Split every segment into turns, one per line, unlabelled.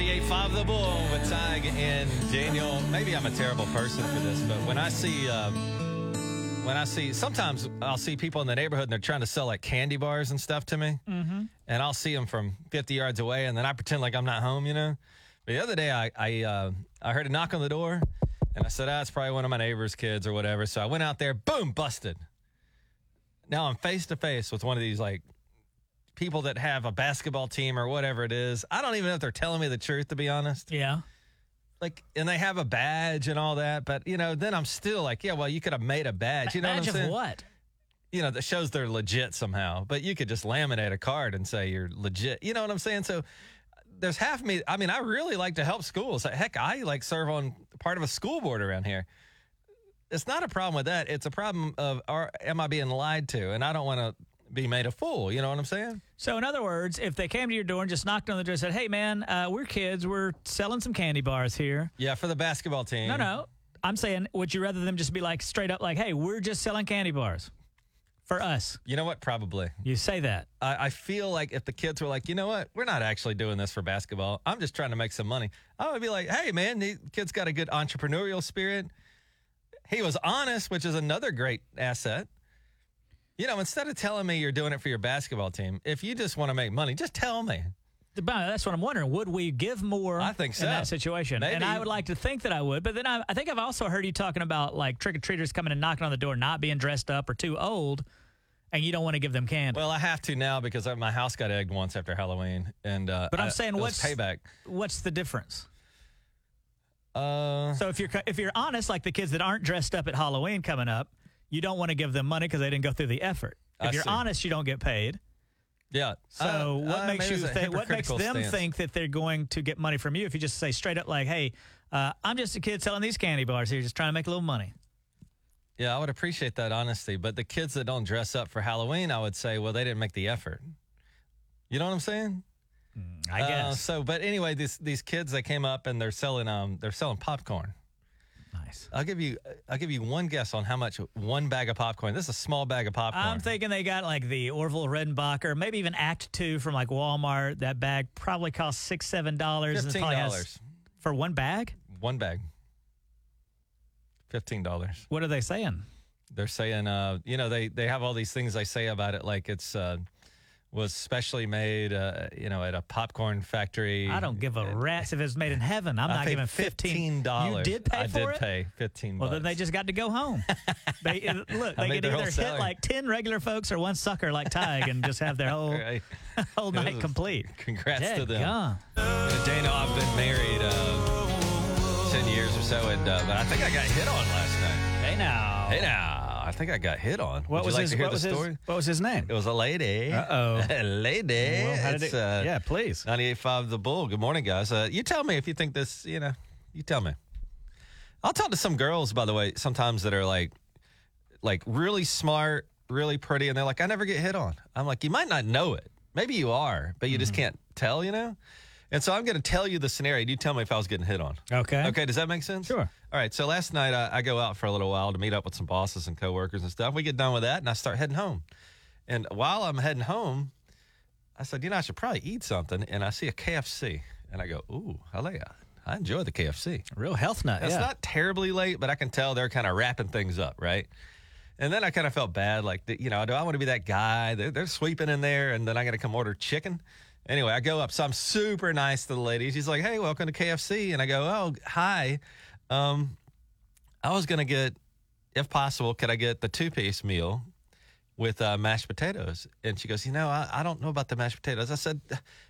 98.5 The Bull with Tig and Daniel. Maybe I'm a terrible person for this, but when I see, uh, when I see, sometimes I'll see people in the neighborhood and they're trying to sell like candy bars and stuff to me, mm-hmm. and I'll see them from 50 yards away, and then I pretend like I'm not home, you know. But the other day, I I, uh, I heard a knock on the door, and I said, "Ah, it's probably one of my neighbor's kids or whatever." So I went out there, boom, busted. Now I'm face to face with one of these like people that have a basketball team or whatever it is. I don't even know if they're telling me the truth, to be honest.
Yeah.
Like, and they have a badge and all that, but you know, then I'm still like, yeah, well, you could have made a badge. You know
Badge
what I'm
of
saying?
what?
You know, that shows they're legit somehow, but you could just laminate a card and say you're legit. You know what I'm saying? So there's half me. I mean, I really like to help schools. Heck, I like serve on part of a school board around here. It's not a problem with that. It's a problem of are, am I being lied to? And I don't want to be made a fool. You know what I'm saying?
So, in other words, if they came to your door and just knocked on the door and said, hey, man, uh, we're kids. We're selling some candy bars here.
Yeah, for the basketball team.
No, no. I'm saying, would you rather them just be like straight up, like, hey, we're just selling candy bars for us?
You know what? Probably.
You say that.
I, I feel like if the kids were like, you know what, we're not actually doing this for basketball. I'm just trying to make some money. I would be like, hey, man, the kid's got a good entrepreneurial spirit. He was honest, which is another great asset. You know, instead of telling me you're doing it for your basketball team, if you just want to make money, just tell me.
But That's what I'm wondering. Would we give more
I think so.
in that situation?
Maybe.
And I would like to think that I would. But then I, I think I've also heard you talking about like trick or treaters coming and knocking on the door, not being dressed up or too old, and you don't want to give them candy.
Well, I have to now because I, my house got egged once after Halloween, and uh,
But I'm
I-
saying
it was
what's-
payback?
What's the difference?
Uh,
So if you're co- if you're honest, like the kids that aren't dressed up at Halloween coming up, you don't want to give them money because they didn't go through the effort. If
I
you're
see.
honest, you don't get paid.
yeah.
So
Uh,
what
uh,
makes
maybe
you
it's a
think? What makes
hypocritical
them
stance.
think that they're going to get money from you if you just say straight up like, "Hey, uh, I'm just a kid selling these candy bars here, just trying to make a little money."
Yeah, I would appreciate that honesty. But the kids that don't dress up for Halloween, I would say, well, they didn't make the effort. You know what I'm saying?
I
Uh,
guess.
so, but anyway, these these kids that came up and they're selling um they're selling popcorn.
Nice.
I'll give you I'll give you one guess on how much one bag of popcorn. This is a small bag of popcorn.
I'm thinking they got like the Orville Redenbacher, maybe even Act Two from like Walmart. That bag probably costs six, seven dollars. and it
fifteen
probably has-
dollars.
for one bag.
One bag. Fifteen dollars.
What are they saying?
They're saying uh you know they they have all these things they say about it like it's uh was specially made uh you know at a popcorn factory.
I don't give a rat's if it's made in heaven. I'm
I
not
paid
giving fifteen
dollars.
You did pay
I
for
did
it.
pay fifteen.
Well, then they just got to go home. they uh, look.
I
They
made
could
their whole
either hit
salary.
like ten regular folks or one sucker like Tig and just have their whole
Right.
whole
This
night
is-
complete.
Congrats to them.
Dadgum.
Uh, Dana, I've been married uh, ten years or so, and uh, but I think I got hit on last night.
Hey now.
Hey, now I think I got hit on.
What was
Would you like
his?
to hear
what
the
was his-
story?
what was his name?
It was a lady.
Uh-oh.
a lady.
Well, how did
it's,
it-
uh,
yeah, please.
98.5 The Bull. Good morning, guys. Uh, you tell me if you think this, you know, you tell me. I'll talk to some girls, by the way, sometimes that are like, like really smart, really pretty, and they're like, I never get hit on. I'm like, you might not know it. Maybe you are, but you just can't tell, you know? And so I'm going to tell you the scenario. and You tell me if I was getting hit on.
Okay.
Okay, does that make sense?
Sure.
All right, so last night uh, I, I go out for a little while to meet up with some bosses and coworkers and stuff. We get done with that, and I start heading home. And while I'm heading home, I said, you know, I should probably eat something. And I see a KFC, and I go, ooh, I like I enjoy the KFC.
Real health nut.
It's
yeah.
not terribly late, but I can tell they're kind of wrapping things up, right? And then I kind of felt bad, like, th- you know, do I want to be that guy? They're, they're sweeping in there, and then I got to come order chicken. Anyway, I go up, so I'm super nice to the lady. She's like, "Hey, welcome to KFC," and I go, "Oh, hi. Um, I was gonna get, if possible, could I get the two-piece meal with uh, mashed potatoes?" And she goes, "You know, I, I don't know about the mashed potatoes." I said,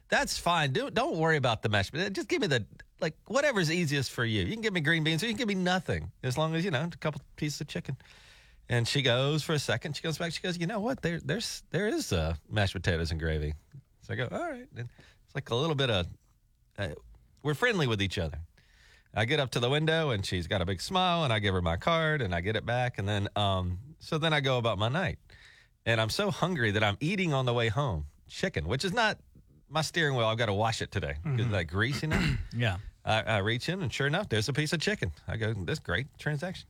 "That's fine. Do, don't worry about the mashed potatoes. Just give me the like whatever's easiest for you. You can give me green beans, or you can give me nothing, as long as you know a couple pieces of chicken." And she goes for a second. She comes back. She goes, "You know what? There, there's, there is uh, mashed potatoes and gravy." So I go, "All right." And it's like a little bit of, uh, we're friendly with each other. I get up to the window and she's got a big smile, and I give her my card and I get it back, and then, um, so then I go about my night, and I'm so hungry that I'm eating on the way home chicken, which is not my steering wheel. I've got to wash it today because that grease in it.
Yeah.
I, I reach in, and sure enough, there's a piece of chicken. I go, this great transaction.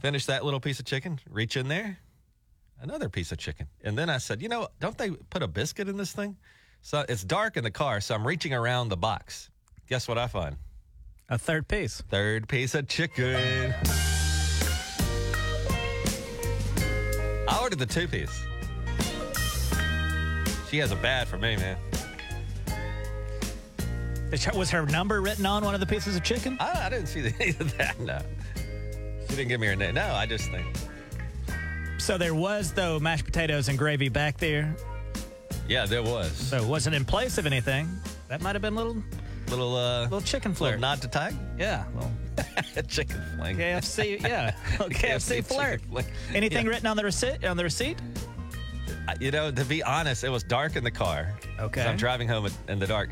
Finish that little piece of chicken, reach in there, another piece of chicken. And then I said, you know, don't they put a biscuit in this thing? So it's dark in the car, so I'm reaching around the box. Guess what I find?
A third piece.
Third piece of chicken. I ordered the two piece. She has a bad for me, man.
Is her- Was her number written on one of the pieces of chicken?
I, I didn't see any of that. No. She didn't give me her name. No, I just think,
So there was though mashed potatoes and gravy back there.
yeah, there was.
So it wasn't in place of anything. That might have been little
Little, uh,
little chicken
little
flirt.
nod to tag.
yeah. Well,
chicken fling.
KFC. yeah. KFC
chicken
flirt.
fling.
Anything
Yeah.
written on the receipt? On the receipt?
I- you know, to be honest, it was dark in the car.
Okay.
So I'm driving home in- in the dark.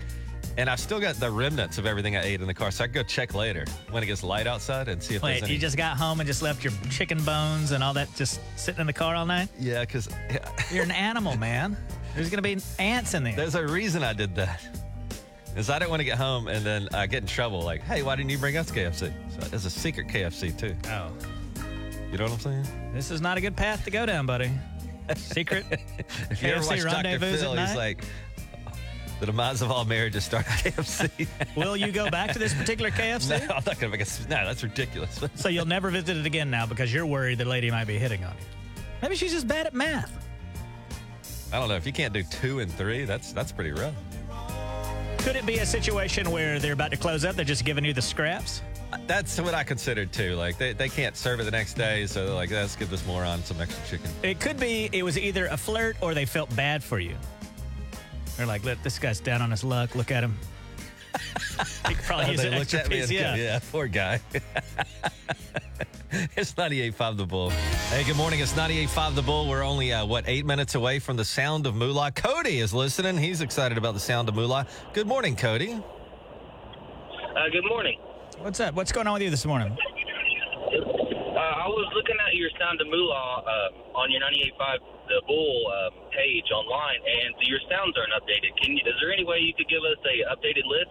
And I've still got the remnants of everything I ate in the car. So I can go check later when it gets light outside and see if
Wait,
there's any.
you just got home and just left your chicken bones and all that just sitting in the car all night?
yeah, because
You're an animal, man. There's gonna be ants in there.
there's a reason I did that. Is I didn't want to get home and then uh, get in trouble. Like, hey, why didn't you bring us KFC? So there's a secret KFC, too.
oh,
You know what I'm saying?
this is not a good path to go down, buddy. Secret.
If you ever
KFC
watch Dr.
rendezvous at
Phil, he's
night?
like, the demise of all marriages start at KFC.
Will you go back to this particular
no,
KFC?
I'm not going to make a. s- No, that's ridiculous.
So you'll never visit it again now because you're worried the lady might be hitting on you. Maybe she's just bad at math.
I don't know. If you can't do two and three, that's that's pretty rough.
Could it be a situation where they're about to close up? They're just giving you the scraps?
That's what I considered too. Like they, they can't serve it the next day, so they're like, let's give this moron some extra chicken.
It could be it was either a flirt or they felt bad for you. They're like, look, this guy's down on his luck. Look at him. He could probably use
They
an
looked
extra
at me
piece.
and-
Yeah.
poor guy. it's 98.5 The Bull. Hey, good morning. It's 98.5 The Bull. We're only, uh, what, eight minutes away from the sound of moolah. Cody is listening. He's excited about the sound of moolah. Good morning, Cody.
Uh, good morning.
What's up? What's going on with you this morning?
Uh, I was looking at your Sound of Moolah uh, on your 98.5 The Bull um, page online, and your sounds aren't updated. Can you, is there any way you could give us a updated list?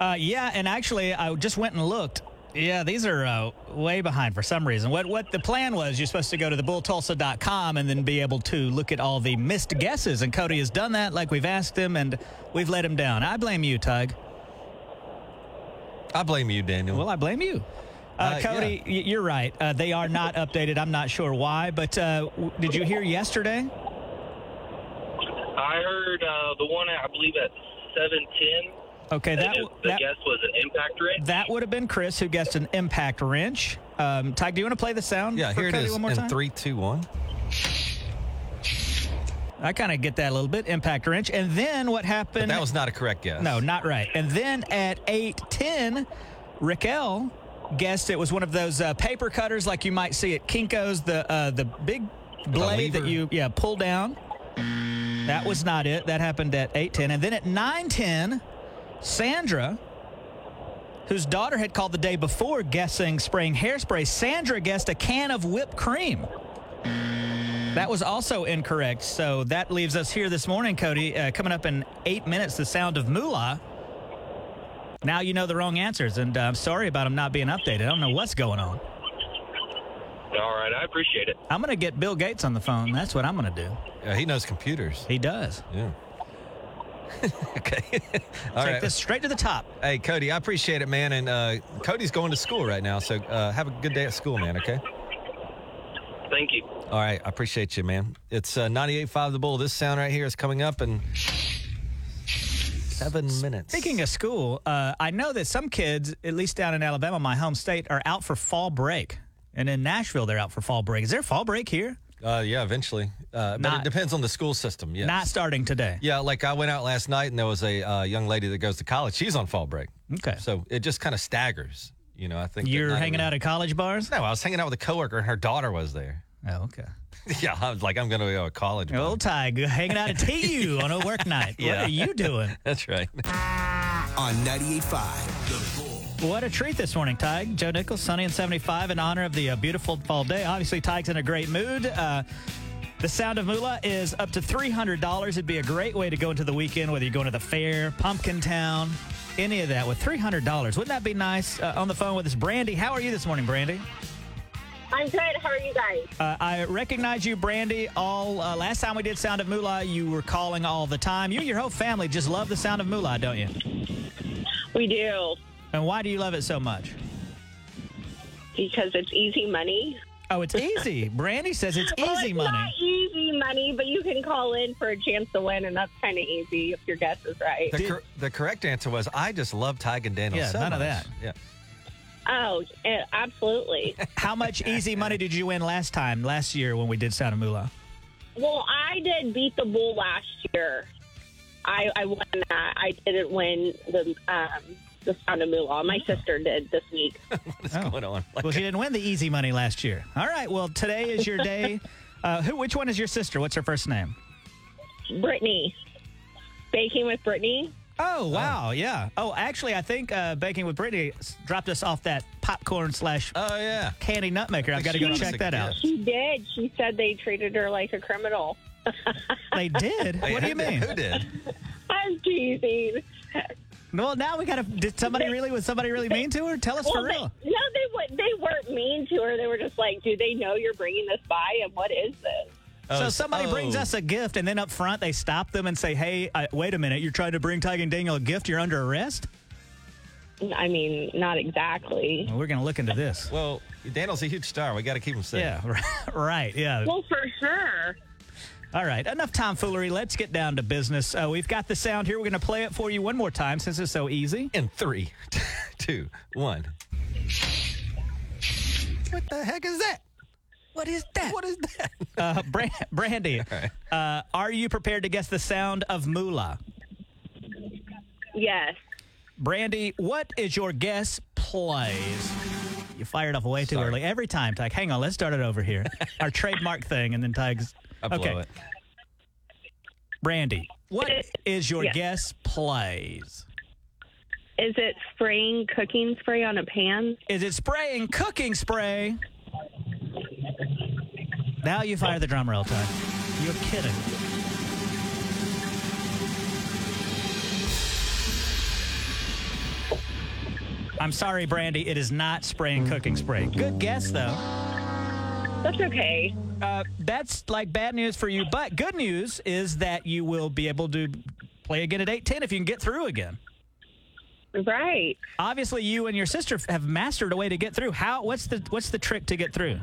Uh, yeah, and actually, I just went and looked. Yeah, these are uh, way behind for some reason. What what the plan was, you're supposed to go to thebulltulsa.com and then be able to look at all the missed guesses. And Cody has done that, like we've asked him, and we've let him down. I blame you, Tug.
I blame you, Daniel.
Well, I blame you. Uh,
Uh,
Cody, y- you're right. Uh, they are not updated. I'm not sure why, but uh, w- did you hear yesterday?
I heard uh, the one, at, I believe, at 710.
Okay, that
the
w- that,
guess was an impact rate.
that would have been Chris who guessed an impact wrench. Um, Tug, do you want to play the sound?
yeah,
for
here it
Cody
is
One more
in
time?
three, two, one.
I kind of get that a little bit. Impact wrench, and then what happened?
That was not a correct guess.
no, not right. And then at eight ten, Raquel guessed it was one of those uh, paper cutters like you might see at Kinkos, the uh, the big blade that
lever.
you yeah pull down. That was not it. That happened at eight ten, and then at nine ten, Sandra. Whose daughter had called the day before guessing spraying hairspray. Sandra guessed a can of whipped cream. That was also incorrect. So that leaves us here this morning, Cody. Uh, coming up in eight minutes, the sound of moolah. Now you know the wrong answers, and uh, I'm sorry about them not being updated. I don't know what's going on.
All right, I appreciate it.
I'm going to get Bill Gates on the phone. That's what I'm going to do.
Yeah, Uh, he knows computers.
He does.
Yeah. okay. All
Take
right.
this straight to the top.
Hey, Cody, I appreciate it, man. And uh, Cody's going to school right now, so uh, have a good day at school, man. Okay.
Thank you.
All right, I appreciate you, man. It's uh, 98.5 The Bull. This sound right here is coming up in seven minutes.
Speaking of school, uh, I know that some kids, at least down in Alabama, my home state, are out for fall break. And in Nashville, they're out for fall break. Is there fall break here?
uh, yeah, eventually, uh, but
Not-
it depends on the school system. Yeah,
Not starting today.
yeah. Like I went out last night, and there was a uh, young lady that goes to college. She's on fall break,
Okay.
so it just kind of staggers. You know, I think that
You're
not
hanging
every-
out at college bars?
No, I was hanging out with a coworker, and her daughter was there.
Oh, okay.
yeah, I was like, I'm going to go to college. bud.
Old Tig hanging out at TU on a work night. What
Yeah.
are you doing?
That's right.
on 98.5 The Bull.
What a treat this morning, Tig. Joe Nichols, sunny and 75 in honor of the uh, beautiful fall day. Obviously, Tig's in a great mood. Uh, the Sound of Moolah is up to $300. It'd be a great way to go into the weekend, whether you're going to the fair, Pumpkin Town, any of that with $300. Wouldn't that be nice? Uh, on the phone with us, Brandy. How are you this morning, Brandy?
I'm good. How are you guys?
Uh, I recognize you, Brandy. All uh, last time we did Sound of Moolah, you were calling all the time. You and your whole family just love the Sound of Moolah, don't you?
We do
And why do you love it so much?
because it's easy money.
Oh, it's easy. Brandy says it's
Well,
easy
Oh, it's
money.
Not easy money, but you can call in for a chance to win, and that's kind of easy if your guess is right.
The, cor- the correct answer was I just love Ty and Daniel.
Yeah,
so
none of
much."
that.
Yeah.
Oh, eh, absolutely.
How much easy money did you win last time, last year when we did Sound of Moolah?
well, I did beat the bull last year. I, I won that. I didn't win the um, the sound of moolah. My sister did this week.
What's going on? Like,
Oh. Well, she didn't win the easy money last year. All right. Well, today is your day. Uh, who? Which one is your sister? What's her first name?
Brittany, baking with Brittany.
Oh wow, yeah. Oh, actually, I think uh, Baking with Brittany s- dropped us off that popcorn slash
oh yeah.
candy nut maker. I've got to
she
go
got us
check
a
that out.
gift.
She did. She said they treated her like a criminal.
They did.
Hey,
what
who
do you
did-
mean?
Who did?
I'm teasing.
Well, now we got to. Did somebody really? Was somebody really mean to her? Tell us for
they,
real.
no, they wa- they weren't mean to her. They were just like, "Do they know you're bringing this by? And what is this?"
so somebody
oh.
brings us a gift, and then up front they stop them and say, "Hey, uh, wait a minute! You're trying to bring Tiger and Daniel a gift. You're under arrest."
I mean, not exactly.
Well, we're going to look into this.
Well, Daniel's a huge star. We got to keep him safe.
Yeah, right. Yeah.
Well, for sure.
All right, enough tomfoolery. Let's get down to business. Uh, we've got the sound here. We're going to play it for you one more time since it's so easy.
In three, two, one. What the heck is that?
What is that?
What is that?
Uh, Bran- Brandy,
right.
uh, are you prepared to guess the sound of moolah?
Yes.
Brandy, what is your guess? Plays. You fired off way too
Sorry.
early every time, Tyke. Hang on, let's start it over here. Our trademark thing, and then Tyke's.
I blow it.
Brandy, what is your
Yes.
guess? Plays.
Is it spraying cooking spray on a pan?
Is it spraying cooking spray? Now you fire the drum roll time. You're kidding. I'm sorry, Brandy. It is not spraying cooking spray. Good guess, though.
That's okay.
Uh, that's like bad news for you, but good news is that you will be able to play again at 8:10 if you can get through again.
Right.
Obviously, you and your sister have mastered a way to get through. How? What's the What's the trick to get through?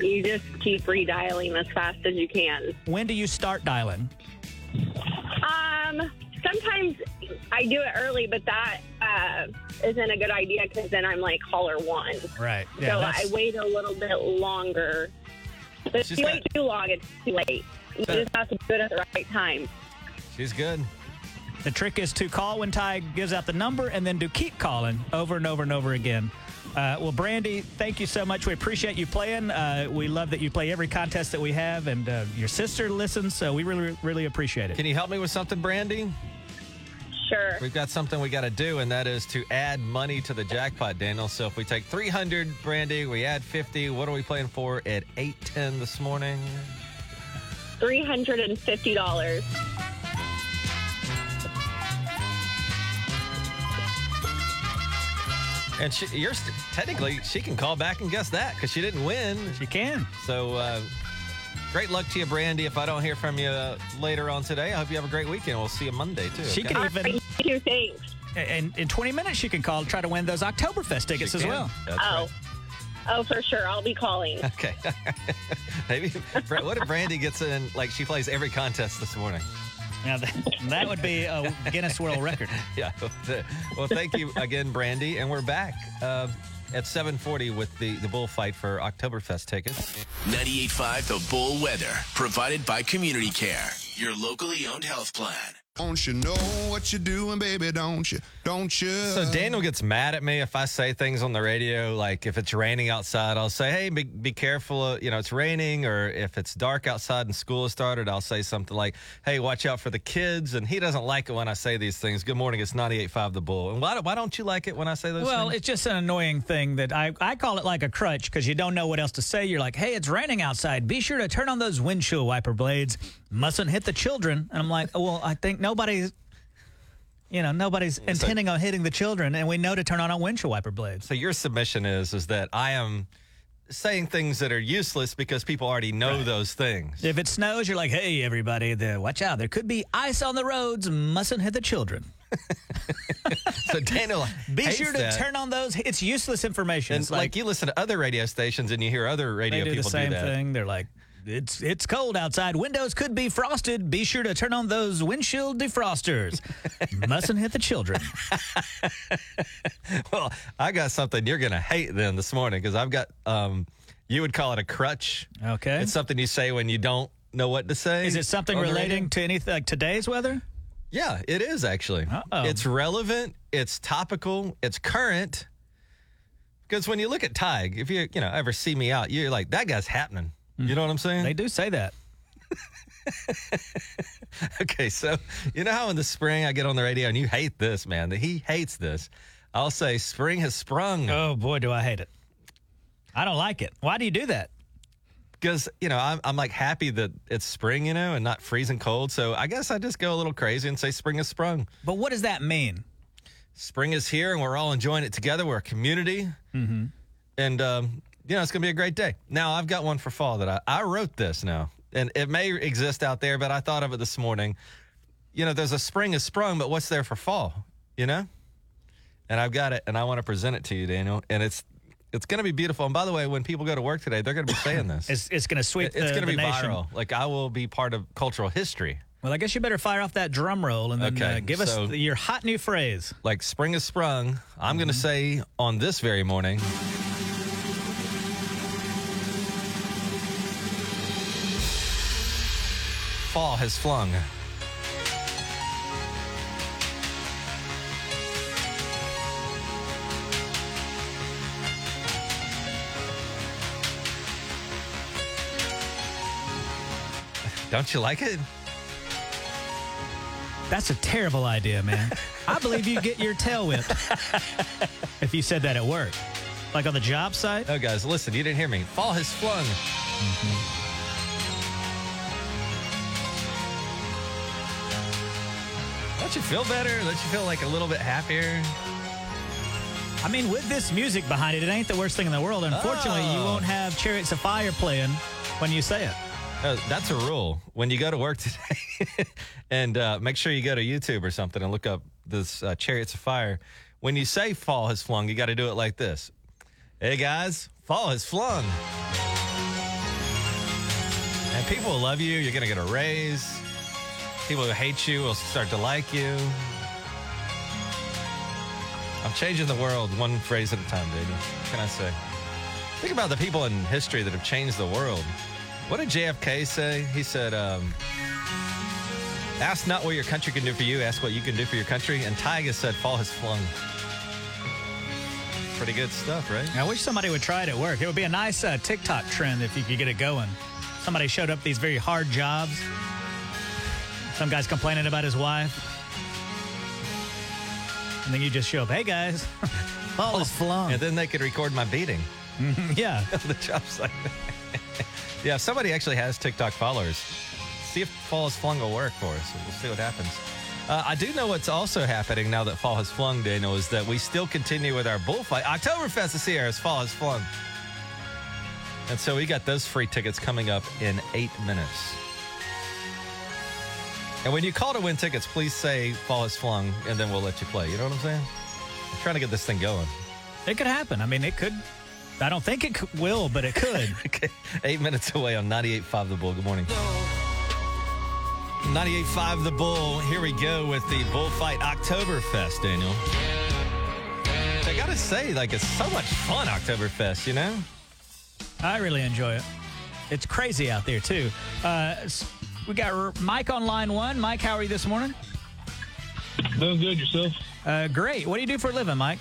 You just keep redialing as fast as you can.
When do you start dialing?
Um, sometimes I do it early, but that uh, isn't a good idea because then I'm like caller one.
Right.
so I wait a little bit longer. But if
She's
you
got-
wait too long, it's too late. You
So-
just have to do it at the right time.
She's good.
the trick is to call when Ty gives out the number and then to keep calling over and over and over again. Uh, well, Brandy, thank you so much. We appreciate you playing. Uh, we love that you play every contest that we have, and uh, your sister listens, so we really, really appreciate it.
Can you help me with something, Brandy?
Sure.
We've got something we got to do, and that is to add money to the jackpot, Daniel. So if we take 300, Brandy, we add 50. What are we playing for at 810 this morning?
$350.
And she, you're st- technically, she can call back and guess that because she didn't win.
You can.
So uh, great luck to you, Brandy. If I don't hear from you uh, later on today, I hope you have a great weekend. We'll see you Monday, too.
She
okay?
can
All
even,
right, you thanks.
and in 20 minutes, she can call to try to win those Oktoberfest
She
tickets as
can.
well.
That's
Oh.
right.
Oh, for sure. I'll be calling.
Okay. Maybe. Bra- What if Brandy gets in, like, she plays every contest this morning?
Now, that, that would be a Guinness World Record.
Yeah. Well, thank you again, Brandy. And we're back uh, at 7.40 with the, the bullfight for Oktoberfest tickets.
98.5 The Bull Weather, provided by Community Care, your locally owned health plan.
Don't you know what you're doing, baby? Don't you? Don't you?
So Daniel gets mad at me if I say things on the radio, like if it's raining outside, I'll say, hey, be, be careful, uh, you know, it's raining. Or if it's dark outside and school has started, I'll say something like, hey, watch out for the kids. And he doesn't like it when I say these things. Good morning, it's 98.5 The Bull. And why, why don't you like it when I say those
Well,
things?
it's just an annoying thing that I, I call it like a crutch because you don't know what else to say. You're like, hey, it's raining outside. Be sure to turn on those windshield wiper blades. Mustn't hit the children. And I'm like, well, I think nobody's, you know, nobody's intending on hitting the children. And we know to turn on our windshield wiper blades.
So your submission is is that I am saying things that are useless because people already know those things.
If it snows, you're like, hey, everybody, the, watch out. There could be ice on the roads. Mustn't hit the children.
so Dana like,
Be
hates
sure to
that.
turn on those. It's useless information.
And
it's
like, you listen to other radio stations and you hear other radio
they do the
people
same
do that.
thing. They're like, it's it's cold outside. Windows could be frosted. Be sure to turn on those windshield defrosters. Mustn't hit the children.
Well, I got something you're gonna hate then this morning because I've got um, you would call it a crutch.
Okay.
it's something you say when you don't know what to say.
Is it something
on the
relating
radio.
to anything like today's weather?
Yeah, it is actually.
Uh-oh.
It's relevant. It's topical. It's current. Because when you look at Tig, if you you know ever see me out, you're like that guy's happening. You know what I'm saying?
Mm. They do say that.
Okay, so you know how in the spring I get on the radio and you hate this, man. He hates this. I'll say spring has sprung
Oh boy, do I hate it. I don't like it. Why do you do that?
because you know I'm, I'm like happy that it's spring, you know, and not freezing cold. So I guess I just go a little crazy and say spring has sprung.
But what does that mean?
Spring is here, and we're all enjoying it together. We're a community, and um, you know it's gonna be a great day. Now I've got one for fall that I, I wrote this now, and it may exist out there, but I thought of it this morning. You know, there's a spring is sprung, but what's there for fall? You know, and I've got it, and I want to present it to you, Daniel, and it's. It's going to be beautiful. And by the way, when people go to work today, they're going to be saying this.
It's it's going to sweep.
It- it's
the-
going to be
the nation.
viral. Like I will be part of cultural history.
Well, I guess you better fire off that drum roll and then
Okay,
uh, give us
so-
th- your hot new phrase.
Like spring is sprung. I'm going to
Mm-hmm.
say on this very morning. Fall has flung. Don't you like it?
That's a terrible idea, man. I believe you get your tail whipped if you said that at work, like on the job site.
No, guys, listen, you didn't hear me. Fall has flung. Don't you feel better? Don't you feel like a little bit happier?
I mean, with this music behind it, it ain't the worst thing in the world. Unfortunately, you
Oh.
won't have Chariots of Fire playing when you say it.
Uh, that's a rule. When you go to work today, and uh, make sure you go to YouTube or something and look up this uh, Chariots of Fire. When you say fall has flung, you got to do it like this. Hey, guys, fall has flung. And people will love you. You're going to get a raise. People who hate you will start to like you. I'm changing the world one phrase at a time, baby. What can I say? Think about the people in history that have changed the world. What did JFK say? He said, um, Ask not what your country can do for you, ask what you can do for your country. And Tyga said, Fall has flung. Pretty good stuff, right?
I wish somebody would try it at work. It would be a nice uh, TikTok trend if you could get it going. Somebody showed up these very hard jobs. Some guy's complaining about his wife. And then you just show up, hey guys,
Oh,
all is flung.
And then they could record my beating
yeah.
on the job site. yeah, if somebody actually has TikTok followers, see if Fall has flung will work for us. We'll see what happens. Uh, I do know what's also happening now that Fall has flung, Daniel, is that we still continue with our bullfight. Oktoberfest is here as Fall has flung. And so we got those free tickets coming up in eight minutes. And when you call to win tickets, please say Fall has flung, and then we'll let you play. You know what I'm saying? I'm trying to get this thing going.
It could happen. I mean, it could. I don't think it c- will, but it could.
Okay, eight minutes away on 98.5 The Bull. Good morning. 98.5 The Bull. Here we go with the Bullfight Oktoberfest, Daniel. I gotta say, like, it's so much fun, Oktoberfest, you know?
I really enjoy it. It's crazy out there too. Uh, s- we got R- Mike on line one. Mike, how are you this morning?
Doing good yourself.
Uh, great. What do you do for a living, Mike?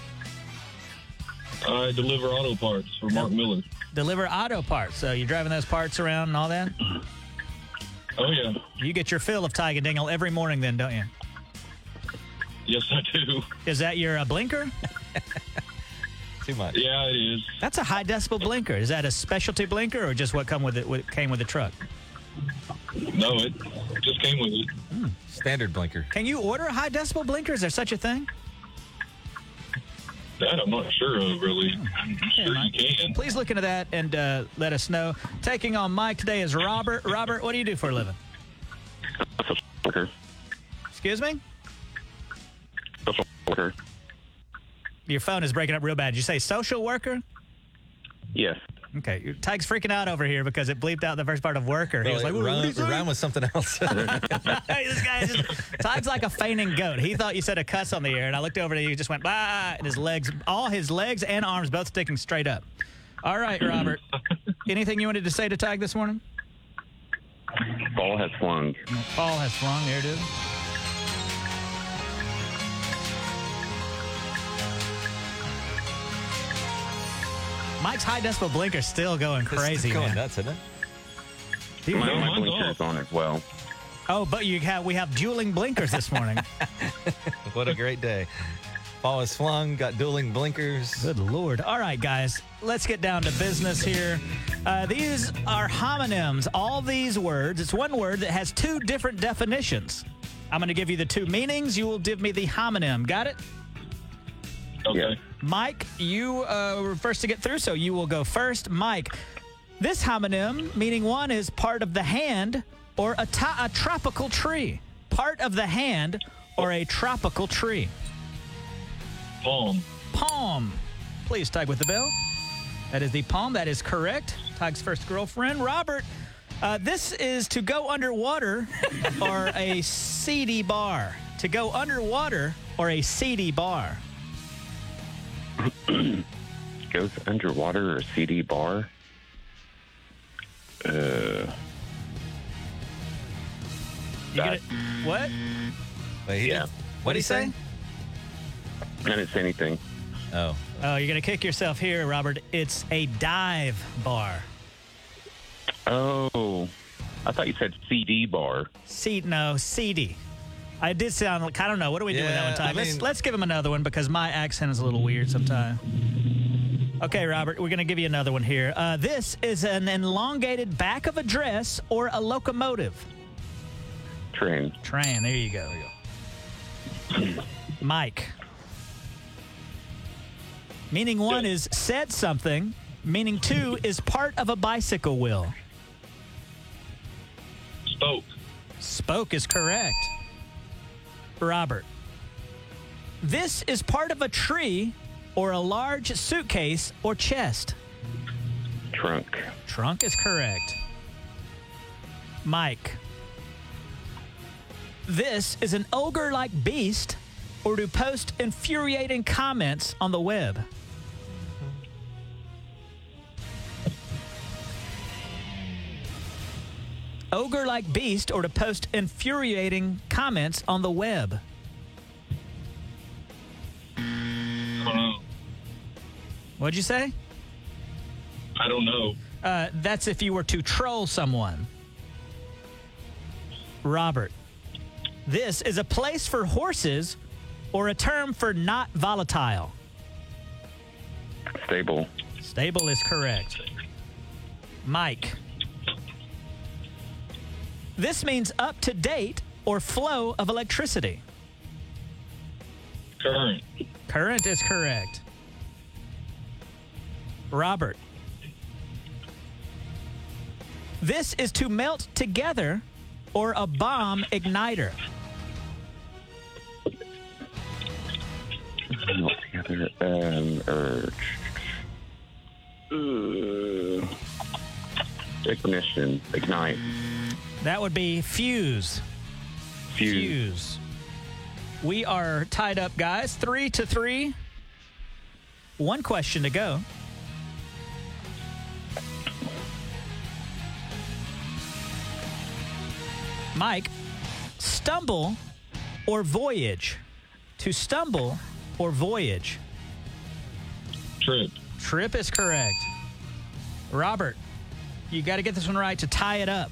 I deliver auto parts for Mark Miller.
Deliver auto parts. So you're driving those parts around and all that.
Oh yeah,
You get your fill of Tiger Dingle every morning, then, don't you?
yes I do.
Is that your uh, blinker?
Too much.
Yeah, it is.
That's a high decibel blinker. Is that a specialty blinker or just what come with it? What came with the truck?
No, it just came with it.
Standard blinker.
Can you order a high decibel blinker? Is there such a thing?
That I'm not sure of really. I'm sure
Mike.
you can.
Please look into that and uh, let us know. Taking on Mike today is Robert. Robert, what do you do for a living? Excuse me?
worker.
Your phone is breaking up real bad. Did you say social worker?
Yes.
Okay, your Tyke's freaking out over here because it bleeped out the first part of worker. He was like,
Well,
"What-
it
what
rhymed-
did he say?"
rhymed with something else.
Hey, this guy is just, Tyke's like a fainting goat. He thought you said a cuss on the air, and I looked over and he just went, bah, and his legs, all his legs and arms both sticking straight up. All right, Robert. Anything you wanted to say to Tyke this morning?
Ball has swung.
Ball has flung. There it is. Mike's high decibel blinker's still going crazy.
It's going
man.
nuts, isn't it?
He-
My, my
mine's
blinker's on as well.
Oh, but you have we have dueling blinkers this morning.
What a great day. Ball is flung, got dueling blinkers.
Good lord. All right, guys, let's get down to business here. Uh, these are homonyms. All these words, it's one word that has two different definitions. I'm going to give you the two meanings. You will give me the homonym. Got it?
Okay.
Mike, you uh, were first to get through, so you will go first. Mike, this homonym, meaning one, is part of the hand or a, to- a tropical tree. Part of the hand or a tropical tree.
Palm.
palm. Please tag with the bell. That is the palm. That is correct. Tag's first girlfriend, Robert. Uh, this is to go underwater or a seedy bar. To go underwater or a seedy bar.
Goes underwater or CD bar.
You get it? What?
Wait, he
Yeah.
did- What'd he say?
I didn't say anything.
Oh,
Oh, you're going to kick yourself here, Robert. It's a dive bar.
Oh, I thought you said CD bar.
Seed, no, seedy. I did sound like, I don't know. What do we do with that one,
Yeah, I
Tag? let's,
mean-
let's give him another one because my accent is a little weird sometimes. Okay, Robert, we're going to give you another one here. Uh, this is an elongated back of a dress or a locomotive.
Train.
Train, there you go. Mike. Meaning one is said something, meaning two is part of a bicycle wheel.
Spoke.
Spoke is correct. Robert. This is part of a tree or a large suitcase or chest.
Trunk.
Trunk is correct. Mike. This is an ogre like beast or to post infuriating comments on the web. Ogre like beast or to post infuriating comments on the web.
I don't know.
What'd you say?
I don't know.
Uh, that's if you were to troll someone. Robert, this is a place for horses or a term for not volatile.
Stable.
Stable is correct. Mike, this means up to date or flow of electricity.
Current.
Current is correct. Robert. This is to melt together or a bomb igniter.
All together. Um, or. Uh, ignition. Ignite.
That would be fuse.
Fuse.
Fuse. We are tied up, guys. Three to three. One question to go. Mike, stumble or voyage? To stumble or voyage?
Trip.
Trip is correct. Robert, you got to get this one right to tie it up.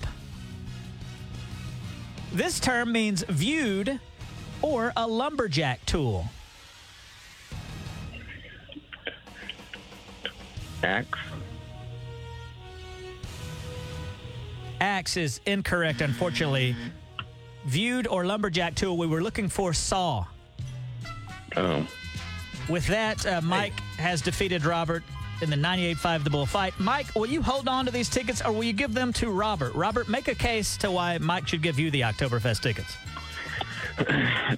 This term means viewed or a lumberjack tool.
Axe.
Axe is incorrect, unfortunately. Viewed or lumberjack tool, we were looking for saw.
Oh.
With that, uh, Mike has defeated Robert in the 98.5 The Bull fight. Mike, will you hold on to these tickets or will you give them to Robert? Robert, make a case to why Mike should give you the Oktoberfest tickets.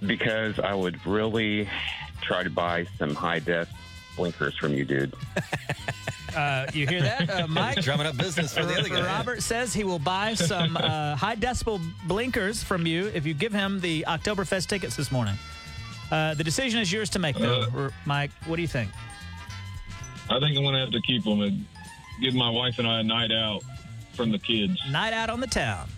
Because I would really try to buy some high def blinkers from you, dude.
Uh, you hear that, uh, Mike?
Drumming up business for the other guy.
Robert says he will buy some uh, high decibel blinkers from you if you give him the Oktoberfest tickets this morning. Uh, the decision is yours to make, though. R- Mike, what do you think?
Uh, I think I'm going to have to keep them and give my wife and I a night out from the kids.
Night out on the town.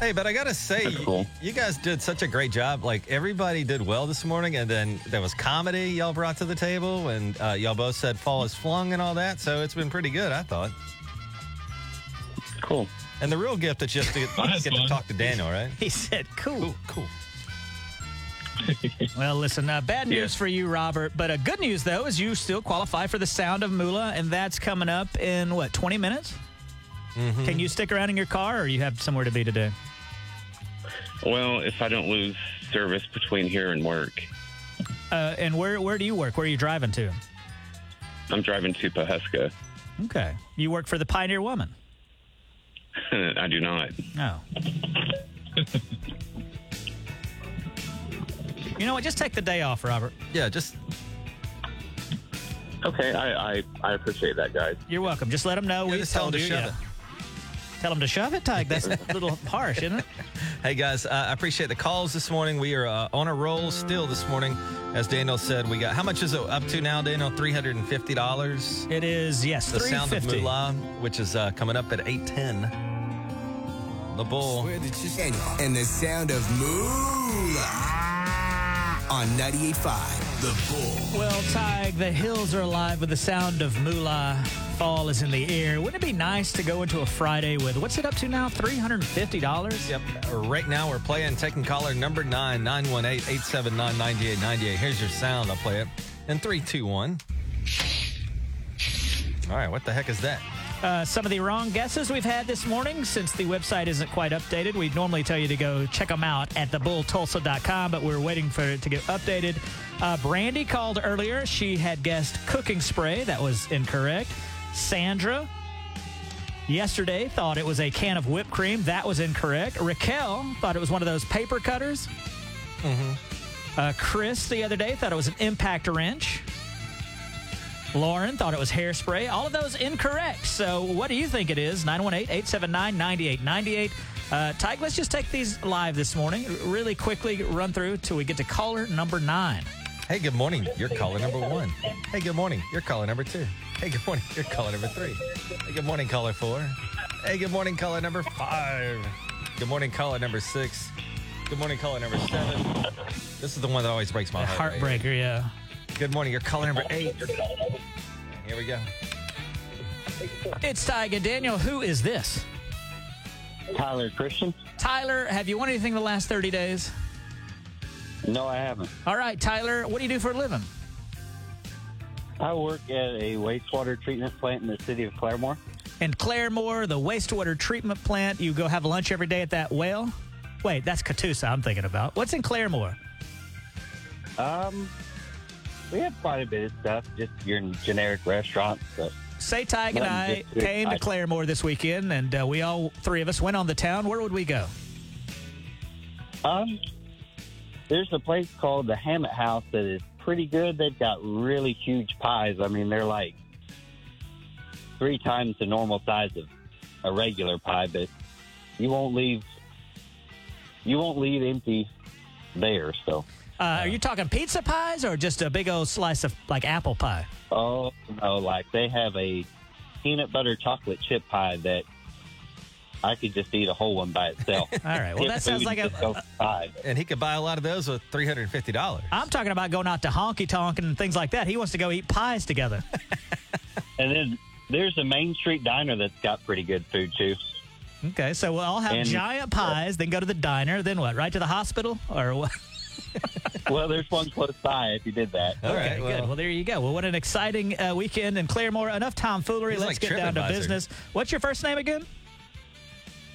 Hey, but I gotta say,
That's cool.
you guys did such a great job. Like everybody did well this morning, and then there was comedy y'all brought to the table, and uh, y'all both said "fall is flung" and all that. So it's been pretty good, I thought.
Cool.
And the real gift is just to get,
That's
get to
fun.
talk to Daniel, right?
He said, cool.
Cool.
Well, listen, uh, bad
Yeah.
news for you, Robert. But uh, good news, though, is you still qualify for the Sound of Moolah, and that's coming up in, what, 20 minutes?
Mm-hmm.
Can you stick around in your car, or you have somewhere to be today?
Well, if I don't lose service between here and work,
Uh, and where, where do you work? Where are you driving to?
I'm driving to Pahuska.
Okay. You work for the Pioneer Woman.
I do not.
No. you know what? Just take the day off, Robert.
Yeah, just
Okay, I, I, I appreciate that, guys.
You're welcome. Just let them know.
yeah,
we
just tell him
told
to
you,
shove
yeah.
it.
Tell them to shove it, Tyke. That's a little harsh, isn't it?
Hey guys, uh, I appreciate the calls this morning. We are uh, on a roll still this morning. As Daniel said, we got how much is it up to now, Daniel? Three hundred and fifty dollars.
It is, yes,
The sound of
350.
Moolah, which is uh, coming up at eight ten. The bull.
Daniel and the sound of Moolah on 98.5.
The Bull.
Well, Tyke, the hills are alive with the sound of moolah. Fall is in the air. Wouldn't it be nice to go into a Friday with, what's it up to now? $350?
Yep. uh, Right now we're playing taking caller number nine, 918 879 9898. Here's your sound. I'll play it in three, two, one. All right, what the heck is that?
uh, some of the wrong guesses we've had this morning since the website isn't quite updated. We'd normally tell you to go check them out at thebulltulsa.com, but we're waiting for it to get updated. Uh, Brandy called earlier. She had guessed cooking spray. That was incorrect. Sandra yesterday thought it was a can of whipped cream. That was incorrect. Raquel thought it was one of those paper cutters. Uh, Chris the other day thought it was an impact wrench. Lauren thought it was hairspray. All of those incorrect. So what do you think it is? 918-879-9898. Uh, Tyke, let's just take these live this morning. R- Really quickly run through till we get to caller number nine.
Hey, good morning. You're caller number one. Hey, good morning. You're caller number two. Hey, good morning. You're caller number three. Hey, good morning, caller four. Hey, good morning, caller number five. Good morning, caller number six. Good morning, caller number seven. This is the one that always breaks my heart. right
Heartbreaker, yeah.
here. Good morning. You're caller number eight. Here we go.
It's Tyke and Daniel. Who is this?
Tyler Christian?
Tyler, have you won anything the last 30 days?
No, I haven't.
All right, Tyler, what do you do for a living?
I work at a wastewater treatment plant in the city of Claremore.
In Claremore, the wastewater treatment plant, you go have lunch every day at that well? Wait, that's Catoosa I'm thinking about. What's in Claremore?
Um, we have quite a bit of stuff, just your generic restaurants, but
Say Tig and
Nothing
I
just to-
came to
I-
Claremore this weekend, and uh, we all three of us went on the town. Where would we go?
Um, there's a place called the Hammett House that is pretty good. They've got really huge pies. I mean, they're like three times the normal size of a regular pie, but you won't leave you won't leave empty there. So,
Uh, are you talking pizza pies or just a big old slice of like apple pie?
oh no, like they have a peanut butter chocolate chip pie that I could just eat a whole one by itself.
All right. Well,
If
that sounds
food
like a.
just goes by.
And he could buy a lot of those with three hundred and fifty dollars.
I'm talking about going out to honky tonk and things like that. He wants to go eat pies together.
And then there's a Main Street diner that's got pretty good food too.
okay, so we'll all have
And-
giant pies, then go to the diner, then what? Right to the hospital or what?
well, there's one close by if you did that.
All
okay,
right,
good. Well, there you go. Well, what an exciting uh, weekend in Claremore. Enough tomfoolery.
He's
Let's
like
get down to
TripAdvisor.
business. What's your first name again?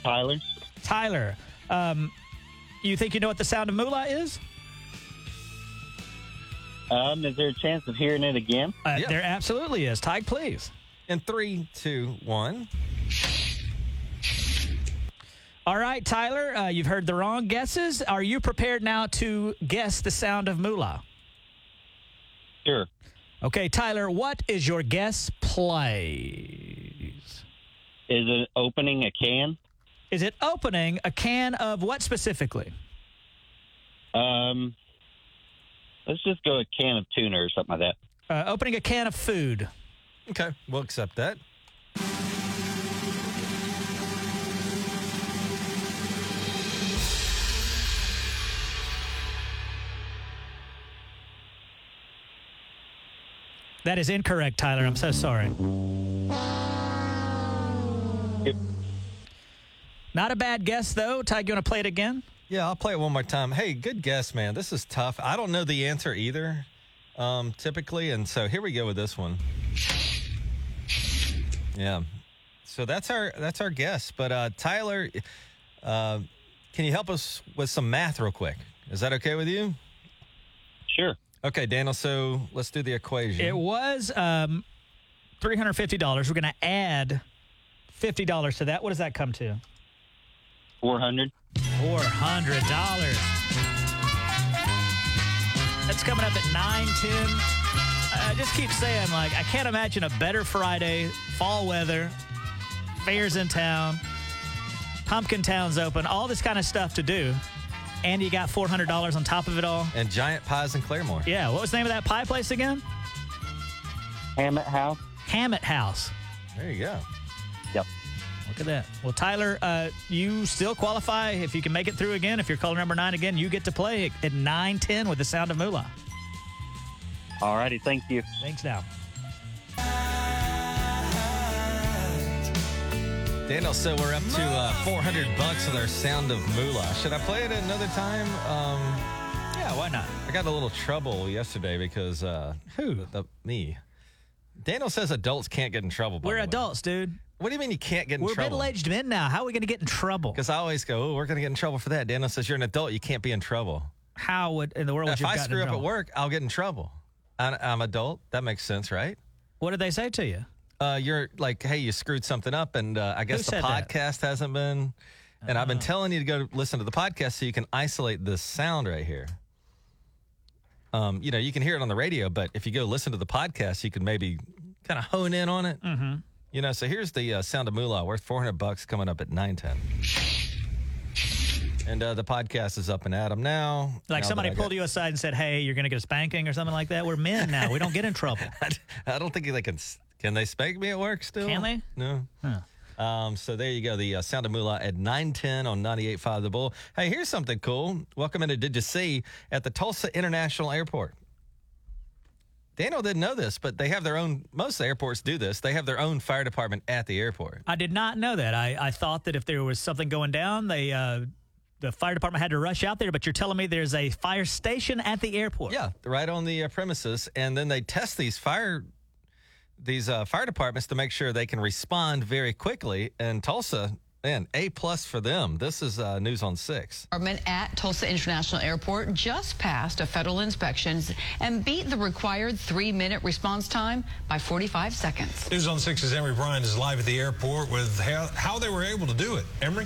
Tyler?
Tyler. Um, you think you know what the sound of moolah is?
Um, is there a chance of hearing it again?
Uh,
Yeah.
There absolutely is. Tig, please.
In three, two, one.
All right, Tyler, uh, you've heard the wrong guesses. Are you prepared now to guess the sound of moolah?
Sure.
Okay, Tyler, what is your guess plays?
Is it opening a can?
Is it opening a can of what specifically?
Um, let's just go a can of tuna or something like
Uh, opening a can of food.
Okay, we'll accept that.
That is incorrect, Tyler. I'm so sorry. Not a bad guess, though. Ty, you want to play it again?
Yeah, I'll play it one more time. Hey, good guess, man. This is tough. I don't know the answer either, um, typically. And so here we go with this one. Yeah. So that's our that's our guess. But uh, Tyler, uh, can you help us with some math real quick? Is that okay with you?
Sure.
Okay, Daniel. So let's do the equation.
It was um, $350. We're going to add $50 to that. What does that come to?
that. 400.
$400. That's coming up at 9 10. I I just keep saying, like, I can't imagine a better Friday, fall weather, fairs in town, pumpkin towns open, all this kind of stuff to do. And you got $400 on top of it all.
and giant pies in Claremore.
Yeah, what was the name of that pie place again?
Hammett House.
Hammett House.
There you go.
Yep.
Look at that. Well, Tyler, uh, you still qualify if you can make it through again. If you're caller number nine again, you get to play at 9 10 with the sound of moolah.
All righty. Thank you.
Thanks now.
Daniel, so we're up to uh, 400 bucks with our sound of moolah. Should I play it another time? Um,
Yeah, why not?
I got a little trouble yesterday because uh,
Who?
the me. Daniel says adults can't get in trouble. by
We're
the way.
adults, dude.
What do you mean you can't get in
We're
trouble?
middle aged men now. How are we going to get in trouble?
Because I always go, oh, we're going to get in trouble for that. Daniel says you're an adult, you can't be in trouble.
How would in the world would
if
you
I
have gotten
screw
in
up at
trouble?
work, I'll get in trouble. I, I'm adult. That makes sense, right?
What did they say to you?
Uh, you're like, hey, you screwed something up, and uh, I guess the
said that? Oh.
podcast hasn't been. And I've been telling you to go listen to the podcast so you can isolate this sound right here. Um, you know, you can hear it on the radio, but if you go listen to the podcast, you can maybe kind of hone in on it. Mm-hmm. You know, so here's the uh, sound of moolah worth 400 bucks coming up at 910. And uh, the podcast is up and at 'em now.
Like somebody pulled you aside and said, "Hey, you're going to get a spanking or something like that." We're men now. We don't get in trouble.
I don't think they can. Can they spank me at work still?
Can they?
No. Um, so there you go. The uh, Sound of Moolah at 910 on 98.5 The Bull. Hey, here's something cool. Welcome into Did You See at the Tulsa International Airport. Daniel didn't know this, but they have their own, most airports do this. They have their own fire department at the airport.
I did not know that. I, I thought that if there was something going down, they uh, the fire department had to rush out there. But you're telling me there's a fire station at the airport?
Yeah, right on the uh, premises, and then they test these fire these uh, fire departments to make sure they can respond very quickly. And Tulsa, man, a plus for them. This is uh, news on six.
Department at Tulsa International Airport just passed a federal inspection and beat the required three-minute response time by 45 seconds.
News on 6's Emery Bryan is live at the airport with how, how they were able to do it. Emery?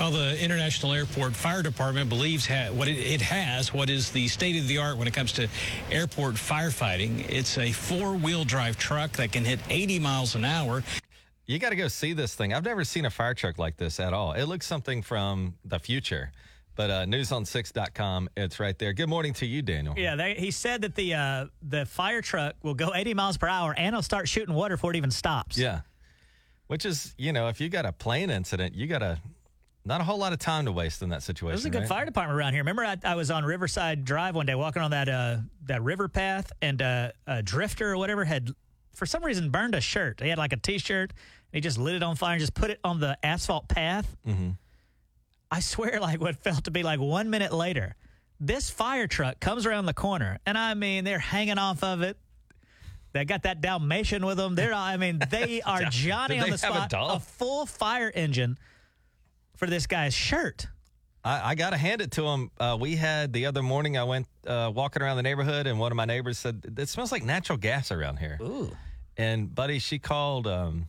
Well, the International Airport Fire Department believes ha- what it, it has, what is the state of the art when it comes to airport firefighting. It's a four wheel drive truck that can hit 80 miles an hour.
You got to go see this thing. I've never seen a fire truck like this at all. It looks something from the future. But uh, newson6.com, it's right there. Good morning to you, Daniel.
Yeah, they, he said that the uh, the fire truck will go 80 miles per hour and it'll start shooting water before it even stops.
Yeah. Which is, you know, if you got a plane incident, you got a not a whole lot of time to waste in that situation.
This is a good
right?
fire department around here. Remember, I, I was on Riverside Drive one day, walking on that uh, that river path, and uh, a drifter or whatever had, for some reason, burned a shirt. He had like a T-shirt, and he just lit it on fire and just put it on the asphalt path.
Mm-hmm.
I swear, like what felt to be like one minute later, this fire truck comes around the corner, and I mean, they're hanging off of it. They got that Dalmatian with them. They're, I mean, they are Johnny
Did
on
they
the
have a
spot.
dog?
a full fire engine for this guy's shirt.
I, I gotta hand it to him. Uh, we had the other morning. I went uh, walking around the neighborhood, and one of my neighbors said, "It smells like natural gas around here."
Ooh.
And buddy, she called um,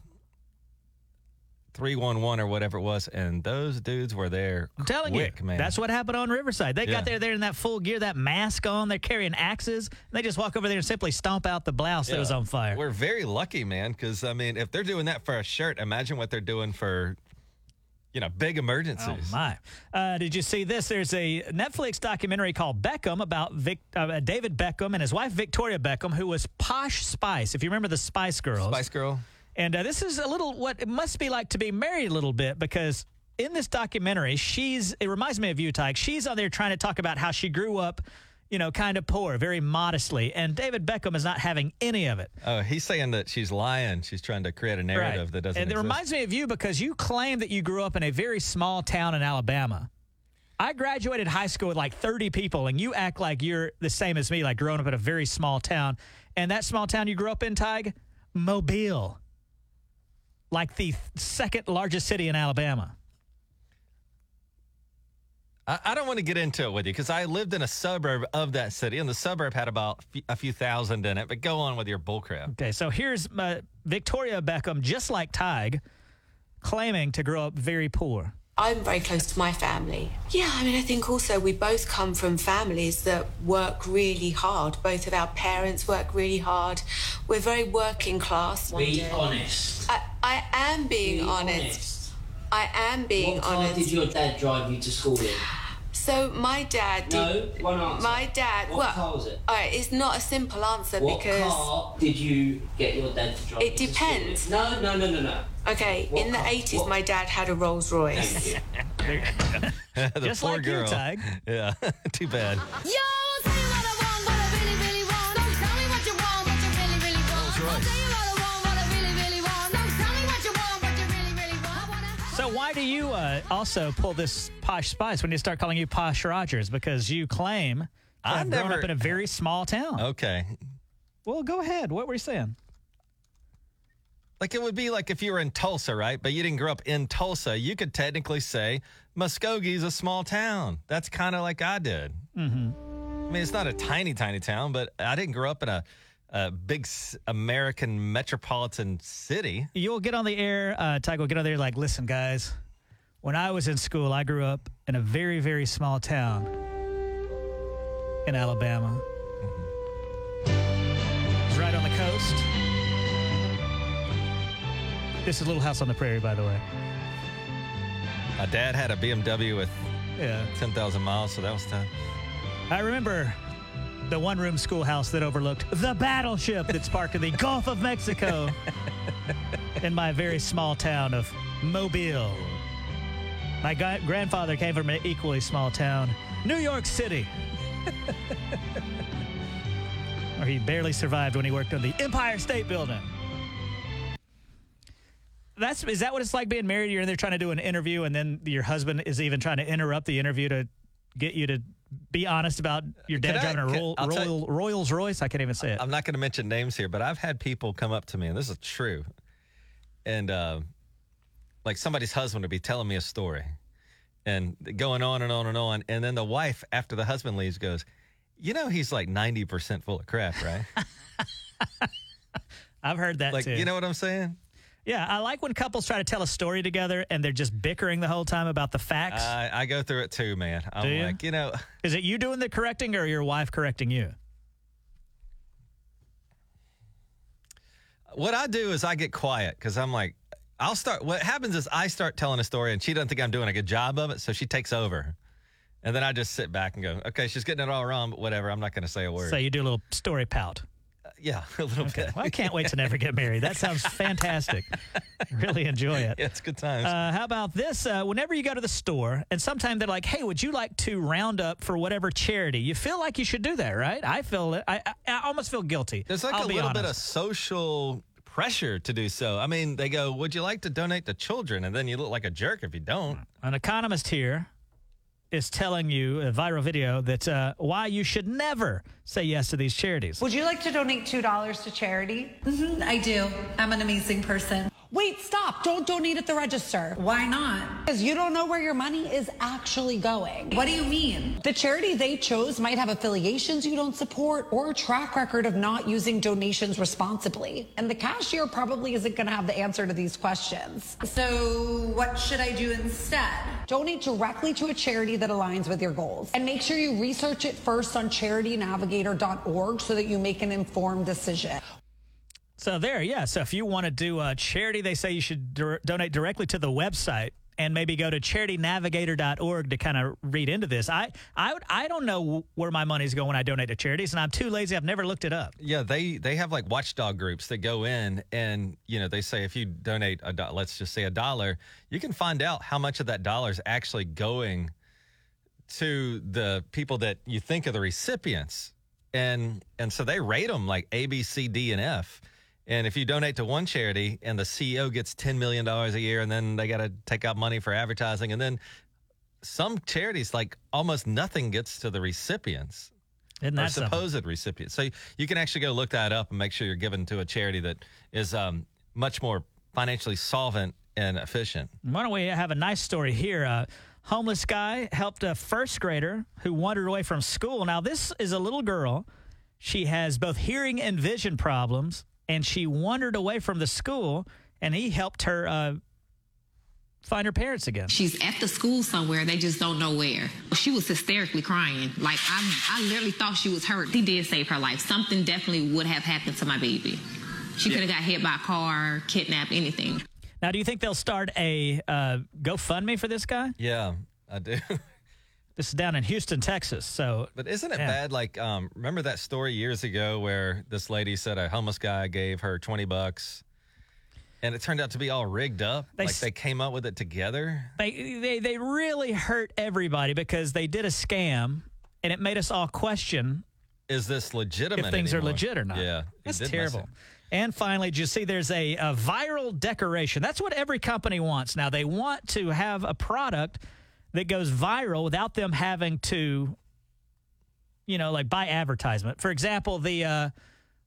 311 or whatever it was, and those dudes were there.
I'm telling
quick,
you,
man.
that's what happened on Riverside. They
Yeah.
got there, there in that full gear, that mask on. They're carrying axes. And they just walk over there and simply stomp out the blouse that was
Yeah.
on fire.
We're very lucky, man, because I mean, if they're doing that for a shirt, imagine what they're doing for, you know, big emergencies.
Oh, My, uh, did you see this? There's a Netflix documentary called Beckham about Vic, uh, David Beckham and his wife Victoria Beckham, who was Posh Spice. If you remember the Spice Girls,
Spice Girl.
And uh, this is a little what it must be like to be married a little bit because in this documentary, she's it reminds me of you, Tyke. She's on there trying to talk about how she grew up. You know, kind of poor, very modestly, and David Beckham is not having any of it.
Oh, he's saying that she's lying. She's trying to create a narrative that doesn't.
And it
exist.
reminds me of you because you claim that you grew up in a very small town in Alabama. I graduated high school with like 30 people, and you act like you're the same as me, like growing up in a very small town. And that small town you grew up in, Tig, Mobile, like the second largest city in Alabama.
I, I don't want to get into it with you because I lived in a suburb of that city, and the suburb had about f- a few thousand in it. But go on with your bullcrap.
Okay, so here's uh, Victoria Beckham, just like Tig, claiming to grow up very poor.
I'm very close to my family. Yeah, I mean, I think also we both come from families that work really hard. Both of our parents work really hard. We're very working class.
Be honest.
I, I am being
Be
honest. I am being
what car
honest.
did your dad drive you to school in?
So my dad.
No,
did,
one answer.
My dad.
What
well,
car was it?
All right, it's not a simple answer
What
because.
car did you get your dad to drive?
It
you to school in?
depends.
No, no, no, no, no.
Okay,
What
in the
car?
80s,
What-
my dad had a Rolls Royce.
The
Just
poor
like you,
girl.
Tig.
Yeah, too bad.
So why do you uh, also pull this posh spice when you start calling you posh Rogers? Because you claim to
I
have grown
never- Oh.
up in a very small town.
Okay.
Well, go ahead. What were you saying?
Like it would be like if you were in Tulsa, right? But you didn't grow up in Tulsa. You could technically say Muskogee's a small town. That's kind of like I did.
Mm-hmm.
I mean, it's not a tiny, tiny town, but I didn't grow up in a, a big s- American metropolitan city.
You'll get on the air. Uh, Tyke will get on there like, listen, guys. When I was in school, I grew up in a very, very small town in Alabama. It's right on the coast. This is Little House on the Prairie, by the way.
My dad had a BMW with
Yeah.
10,000 miles, so that was tough.
I remember the one room schoolhouse that overlooked the battleship that's parked in the Gulf of Mexico in my very small town of Mobile. My gu- grandfather came from an equally small town, New York City. or he barely survived when he worked on the Empire State Building. That's is that what it's like being married? You're in there trying to do an interview, and then your husband is even trying to interrupt the interview to get you to be honest about your dad
Can I-
driving a
can-
Roll,
I'll tell you-
Royal, Royals Royce. I can't even say it.
I'm not going to mention names here, but I've had people come up to me, and this is true. And uh, like somebody's husband would be telling me a story and going on and on and on. And then the wife, after the husband leaves, goes, You know, he's like 90% full of crap, right?
I've heard that
like,
too.
you know what I'm saying?
yeah, I like when couples try to tell a story together and they're just bickering the whole time about the facts.
I, I go through it too, man. I'm
Do you?
like, you know,
Is it you doing the correcting or your wife correcting you?
what I do is I get quiet because I'm like, I'll start. What happens is I start telling a story and she doesn't think I'm doing a good job of it. So she takes over. And then I just sit back and go, okay, she's getting it all wrong, but whatever. I'm not going to say a word.
So you do a little story pout.
yeah, a little bit.
Well, I can't wait to never get married. That sounds fantastic. really enjoy it.
Yeah, it's good times.
Uh, how about this? Uh, whenever you go to the store, and sometimes they're like, "Hey, would you like to round up for whatever charity?" You feel like you should do that, right? I feel it. I, I, I almost feel guilty.
There's like
I'll
a
be
little bit of
honest.
social pressure to do so. I mean, they go, "Would you like to donate to children?" And then you look like a jerk if you don't.
An economist here is telling you a viral video that uh, why you should never say yes to these charities.
Would you like to donate $2 to charity? Mm-hmm, I do. I'm an amazing person. Wait, stop. Don't donate at the register. Why not? Because you don't know where your money is actually going. What do you mean? The charity they chose might have affiliations you don't support or a track record of not using donations responsibly. And the cashier probably isn't going to have the answer to these questions.
So, what should I do instead?
Donate directly to a charity that aligns with your goals. And make sure you research it first on charitynavigator.org so that you make an informed decision.
So there, yeah. So if you want to do a charity, they say you should dir- donate directly to the website and maybe go to charitynavigator.org to kind of read into this. I I would- I don't know where my money's going when I donate to charities and I'm too lazy. I've never looked it up.
Yeah, they they have like watchdog groups that go in and you know they say if you donate a do- let's just say a dollar, you can find out how much of that dollar is actually going to the people that you think are the recipients, and and so they rate them like A, B, C, D, and F. And if you donate to one charity and the CEO gets ten million dollars a year, and then they got to take out money for advertising, and then some charities like almost nothing gets to the recipients
Isn't
or
that something?
supposed recipients. So you can actually go look that up and make sure you're giving to a charity that is um, much more financially solvent and efficient.
Why don't we have a nice story here? Uh, homeless guy helped a first grader who wandered away from school. Now, this is a little girl. She has both hearing and vision problems, and she wandered away from the school, and he helped her uh, find her parents again.
She's at the school somewhere. They just don't know where. She was hysterically crying. Like I, I literally thought she was hurt. He did save her life. Something definitely would have happened to my baby. She could have got hit by a car, kidnapped, anything.
Now, do you think they'll start a uh, GoFundMe for this guy?
Yeah, I do.
This is down in Houston, Texas. So,
But isn't it
Yeah.
bad? Like, um, remember that story years ago where this lady said a homeless guy gave her 20 bucks and it turned out to be all rigged up?
They
like,
s-
they came up with it together.
They, they they really hurt everybody because they did a scam, and it made us all question
Is this legitimate?
if things
anymore?
are legit or not.
Yeah. it
that's
did mess it-
terrible. And finally, did you see there's a, a viral decoration? That's what every company wants now. They want to have a product that goes viral without them having to, you know, like buy advertisement. For example, the uh,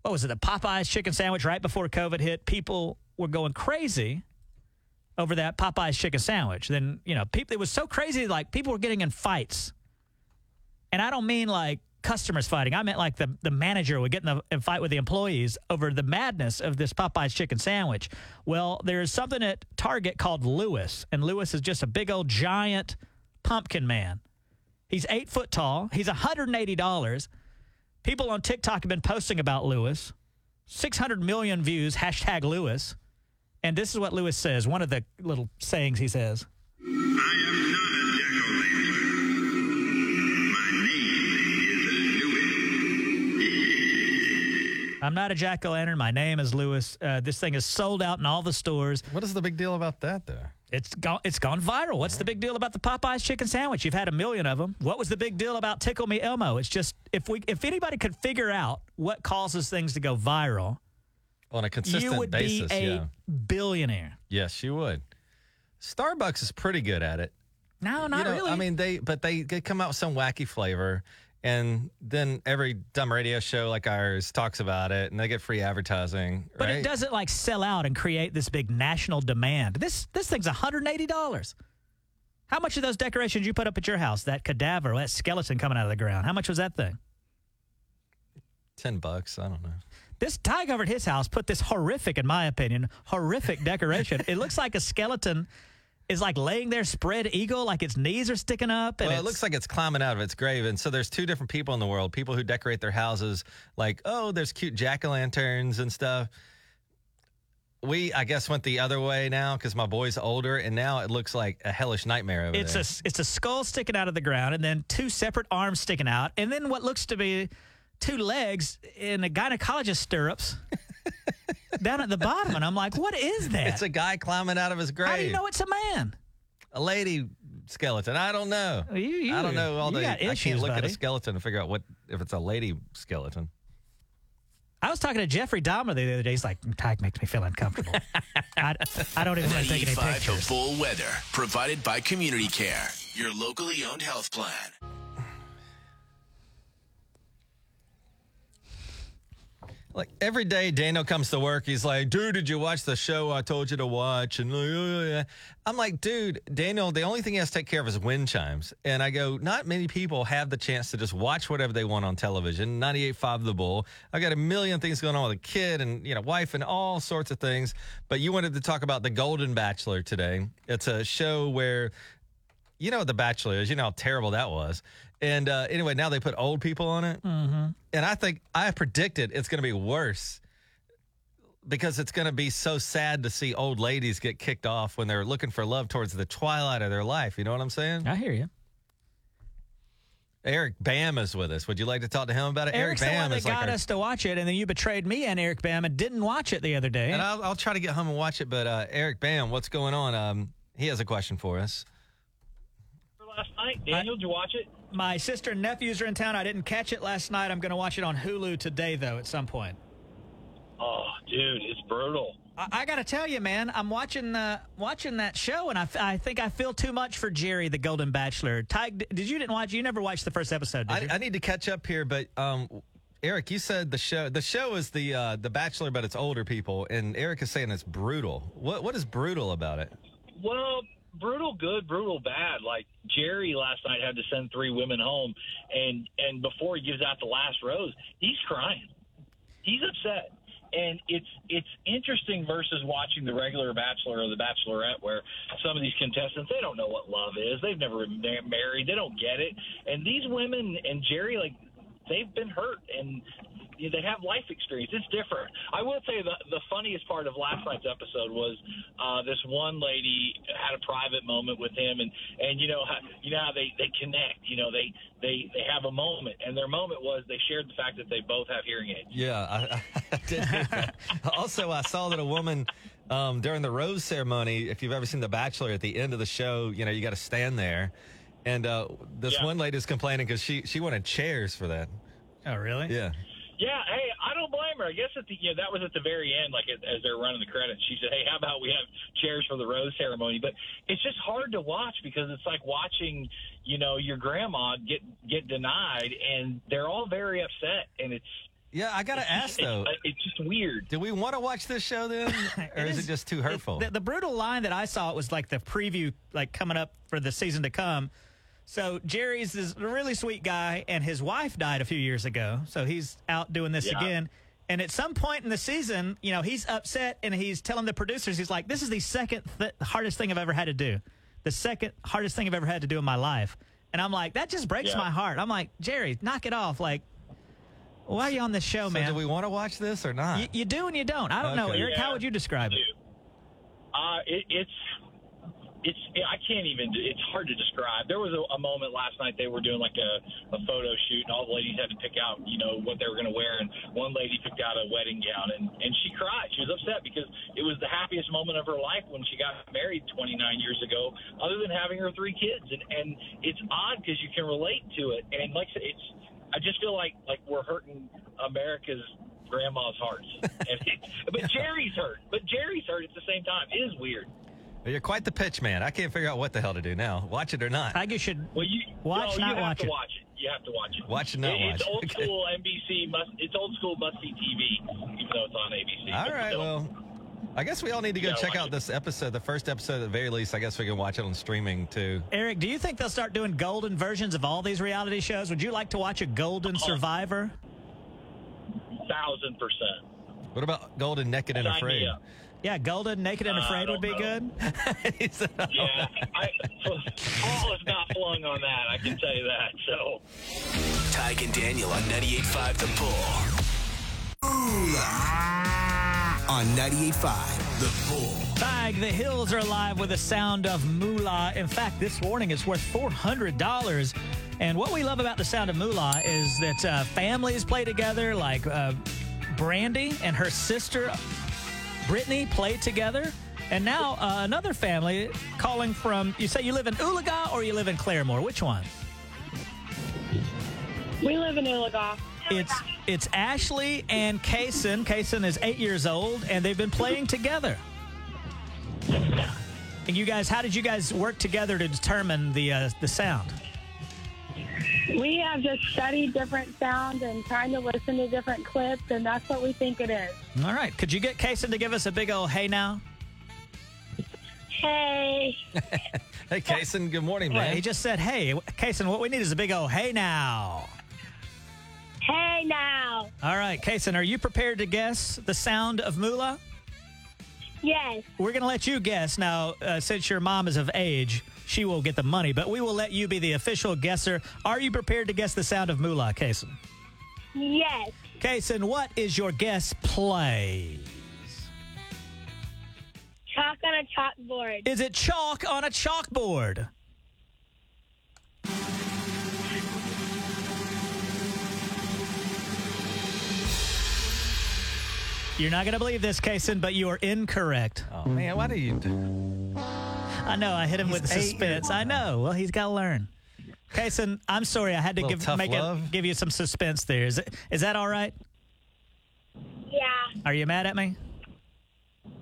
what was it? The Popeyes chicken sandwich right before COVID hit, people were going crazy over that Popeyes chicken sandwich. Then you know, people it was so crazy. Like people were getting in fights and I don't mean like customers fighting. I meant like the, the manager would get in a in a fight with the employees over the madness of this Popeye's chicken sandwich. Well, there's something at Target called Lewis, and Lewis is just a big old giant pumpkin man. He's eight foot tall. He's $180. People on TikTok have been posting about Lewis. 600 million views, hashtag Lewis. And this is what Lewis says, one of the little sayings he says. I'm not a jack o' lantern. My name is Lewis. Uh, this thing is sold out in all the stores.
What is the big deal about that, though?
It's gone. It's gone viral. What's the big deal about the Popeyes chicken sandwich? You've had a million of them. What was the big deal about Tickle Me Elmo? It's just if we, if anybody could figure out what causes things to go viral,
On a consistent
you would
basis.
be a
yeah.
billionaire.
Yes, you would. Starbucks is pretty good at it.
No,
You
not
know,
really.
I mean, they but they, they come out with some wacky flavor, and then every dumb radio show like ours talks about it, and they get free advertising.
but
right?
it doesn't like sell out and create this big national demand. This this thing's 180 dollars. How much of those decorations you put up at your house? That cadaver, that skeleton coming out of the ground. How much was that thing?
Ten bucks. I don't know.
This tiger over at his house put this horrific, in my opinion, horrific decoration. it looks like a skeleton is like laying there spread eagle, like its knees are sticking up. And
Well, it
it's-
looks like it's climbing out of its grave. And so there's two different people in the world people who decorate their houses like, oh, there's cute jack o' lanterns and stuff. We, I guess, went the other way now because my boy's older, and now it looks like a hellish nightmare over
it's
there.
a it's a skull sticking out of the ground, and then two separate arms sticking out, and then what looks to be two legs in a gynecologist stirrups down at the bottom. And I'm like, what is that?
It's a guy climbing out of his grave.
How do you know it's a man?
a lady skeleton. I don't know. I don't know all
Oh, you
the.
got
I can't
issues,
look at a
buddy.
skeleton and figure out what if it's a lady skeleton.
I was talking to Jeffrey Dahmer the other day. He's like, Tag makes me feel uncomfortable. I, I don't even want to take any
95
pictures.
The Bull Weather, provided by Community Care, your locally owned health plan.
Like every day, Daniel comes to work. He's like, dude, did you watch the show I told you to watch? And uh, I'm like, dude, Daniel, the only thing he has to take care of is wind chimes. And I go, not many people have the chance to just watch whatever they want on television. 98.5 The Bull. I got a million things going on with a kid and, you know, wife and all sorts of things. But you wanted to talk about The Golden Bachelor today. It's a show where you know what The Bachelor is. You know how terrible that was. And uh, anyway, now they put old people on it.
Mm-hmm.
And I think I predicted it's going to be worse because it's going to be so sad to see old ladies get kicked off when they're looking for love towards the twilight of their life. You know what I'm saying?
I hear you.
Eric Bam is with us. Would you like to talk to him about it?
Eric's the
Eric
one
Bam
that
is
got
like our-
us to watch it, and then you betrayed me and Eric Bam and didn't watch it the other day.
and I'll, I'll try to get home and watch it. But uh, Eric Bam, what's going on? Um, he has a question for us.
last night. Daniel, did you watch it?
My sister and nephews are in town. I didn't catch it last night. I'm going to watch it on Hulu today, though, at some point.
Oh, dude, it's brutal.
I, I got to tell you, man, I'm watching uh, watching that show, and I, f- I think I feel too much for Jerry, the Golden Bachelor. Tyke, d- did you didn't watch? You never watched the first episode, did you?
I, I need to catch up here, but um, Eric, you said the show the show is the uh, the Bachelor, but it's older people, and Eric is saying it's brutal. What what is brutal about it?
Well, brutal good, brutal bad. Like Jerry last night had to send three women home, and and before he gives out the last rose, he's crying. He's upset. And it's it's interesting versus watching the regular Bachelor or the Bachelorette, where some of these contestants they don't know what love is. They've never been ma- married. They don't get it. And these women and Jerry, like they've been hurt and you know, they have life experience. It's different. I will say the the funniest part of last night's episode was uh, this one lady had a private moment with him, and and you know how, you know how they they connect. You know they they they have a moment, and their moment was they shared the fact that they both have hearing aids.
Yeah, I, I did. hear that. also, I saw that a woman um, during the rose ceremony. If you've ever seen The Bachelor, at the end of the show, you know you got to stand there, and uh, this one lady is complaining because she she wanted chairs for that.
Oh, really?
Yeah.
Yeah, hey, I don't blame her. I guess at the you know, that was at the very end, like as, as they're running the credits, she said, "Hey, how about we have chairs for the rose ceremony?" But it's just hard to watch because it's like watching, you know, your grandma get get denied, and they're all very upset, and it's
yeah. I gotta ask though.
It's, just weird.
Do we want to watch this show then, or is,
is-
it just too hurtful?
The, the brutal line that I saw was like the preview, like coming up for the season to come. So Jerry's this really sweet guy, and his wife died a few years ago, so he's out doing this
Yeah.
again. And at some point in the season, you know, he's upset and he's telling the producers, he's like, "This is the second th- hardest thing I've ever had to do, the second hardest thing I've ever had to do in my life." And I'm like, that just breaks
Yeah.
my heart. I'm like, Jerry, knock it off. Like, why are you on this show,
so
man?
do we want to watch this or not?
you, you do and you don't. I don't know,
Okay.
Eric.
Yeah.
How would you describe it?
Uh, it, it's it's I can't even. It's hard to describe. There was a, a moment last night they were doing like a, a photo shoot, and all the ladies had to pick out you know what they were going to wear, and one lady picked out a wedding gown, and and she cried. She was upset because it was the happiest moment of her life when she got married 29 years ago. Other than having her three kids, and and it's odd because you can relate to it, and like I said, it's. I just feel like like we're hurting America's grandma's hearts, And it- but Jerry's hurt. But Jerry's hurt at the same time. It is weird.
You're quite the pitch man. I can't figure out what the hell to do now. Watch it or not.
I guess should
well, you,
watch,
no,
not
you have
watch
to
it.
watch it. You have to watch it.
Watch it, not
It- It's
watch it.
old school NBC. Must. It's old school must see TV, even though it's on ABC.
All
But
right,
still.
well, I guess we all need to
You
go
gotta
check
watch
out this episode, the first episode at the very least. I guess we can watch it on streaming too.
Eric, do you think they'll start doing golden versions of all these reality shows? Would you like to watch a golden
Uh-huh.
survivor?
thousand percent.
What about Golden Naked and
Sign me
Afraid?
up. Yeah, golden, naked, and
Uh, I
afraid would be good.
oh,
yeah, I, Paul is not flung on that. I can tell you that. So.
Tyke and Daniel on 98.5 The Bull.
On 98.5, The Bull.
Bag, the hills are alive with the sound of moolah. In fact, this warning is worth $400. And what we love about the sound of moolah is that uh, families play together, like uh, Brandy and her sister Brittany play together. And now uh, another family calling from, you say you live in Oolaga or you live in Claremore? Which one?
We live in Illaga.
It's it's Ashley and Kason. Kason is eight years old, and they've been playing together. And you guys, how did you guys work together to determine the uh, the sound?
We have just studied different sounds and trying to listen to different clips, and that's what we think it is.
All right. Could you get Kason to give us a big old hey now?
Hey.
Hey, Kason, good morning,
Well,
man.
he just said hey. Kason, what we need is a big old hey now.
Hey now.
All right, Kason, are you prepared to guess the sound of moolah?
Yes.
We're going to let you guess. Now, uh, since your mom is of age, she will get the money, but we will let you be the official guesser. Are you prepared to guess the sound of moolah, Kason?
Yes.
Kason, what is your guess play?
Chalk on a chalkboard.
Is it chalk on a chalkboard? You're not going to believe this, Kason, but you are incorrect. Oh,
man, why do you.
I know, I hit him
He's
with
eight
suspense.
years
I know. Well, he's got to learn. Kason, I'm sorry. I had to
Little
give
tough
make it,
love.
give you some suspense there. Is, it, is that all right?
Yeah.
Are you mad at me?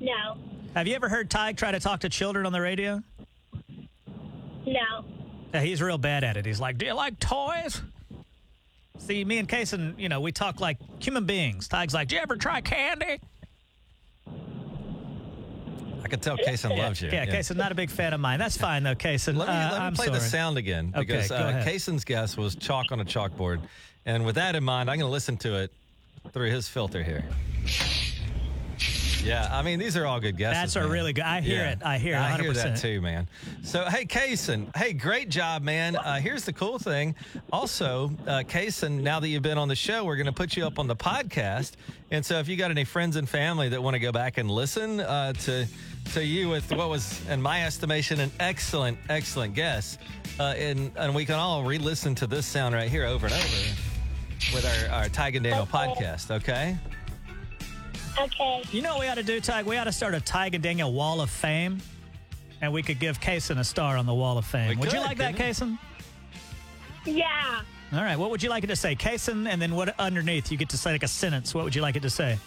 No.
Have you ever heard Tyke try to talk to children on the radio?
No.
Yeah, he's real bad at it. He's like, "Do you like toys?" See, me and Kason, you know, we talk like human beings. Tig's like, "Do you ever try candy?"
I could tell Kason loves you.
Yeah, Kason, not a big fan of mine. That's fine though, Kason.
Let me,
Uh,
let me
I'm
play
sorry.
the sound again
Okay,
because
go
uh,
ahead.
Kason's guess was chalk on a chalkboard. And with that in mind, I'm going to listen to it through his filter here. Yeah, I mean, these are all good guesses.
That's a
man.
really good- I hear it. I hear it
I hear that
100%.
too, man. So, hey, Kason, hey, great job, man. Uh, here's the cool thing. Also, uh, Kason, now that you've been on the show, we're going to put you up on the podcast. And so, if you got any friends and family that want to go back and listen uh, to to you with what was, in my estimation, an excellent, excellent guess, uh, and and we can all re-listen to this sound right here over and over with our, our Tig and Daniel podcast. Okay.
Okay.
You know what we ought to do, Tig? We ought to start a Tig and Daniel Wall of Fame, and we could give Kason a star on the Wall of Fame. would you
could,
like that, Kason?
Yeah.
All right. What would you like it to say, Kason? And then what underneath? You get to say like a sentence. What would you like it to say?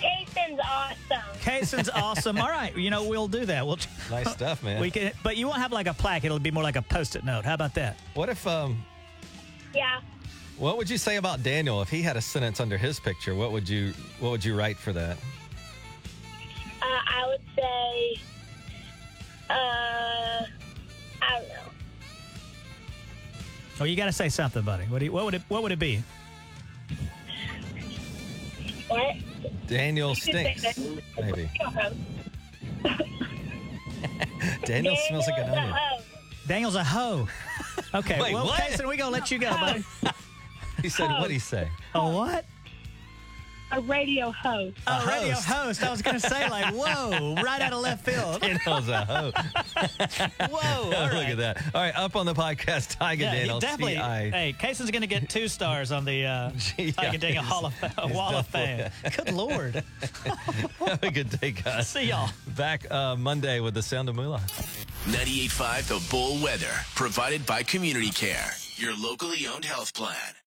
Jason's awesome.
Kason's awesome. All right, you know we'll do that. We'll
nice stuff, man.
Uh, We can, but you won't have like a plaque. It'll be more like a post-it note. How about that?
What if um
Yeah.
What would you say about Daniel if he had a sentence under his picture? What would you What would you write for that?
Uh, I would say, uh, I don't know.
Oh, you got to say something, buddy. What, do you, what would it? What would it be?
What?
Daniel
You can
stinks,
say that.
maybe. Daniel smells like an onion.
Daniel's a hoe. Okay.
Wait,
well,
what?
Kason, we gonna let you go, buddy.
He said, "What would he say?"
A what?
A radio host.
A radio host. I was gonna say like, whoa, right out of left field.
Daniel's a hoe.
Whoa!
Look at that. All right, up on the podcast, Tiger
Yeah, he
Daniel.
definitely. uh,
T.I..
Hey, Kason's gonna get two stars on the uh, Tig and Daniel Hall of,
he's
Wall of Fame.
definitely-
Good lord.
Have a good day, guys.
See y'all
back uh, Monday with the sound of moolah.
98.5 The Bull Weather, provided by Community Care, your locally owned health plan.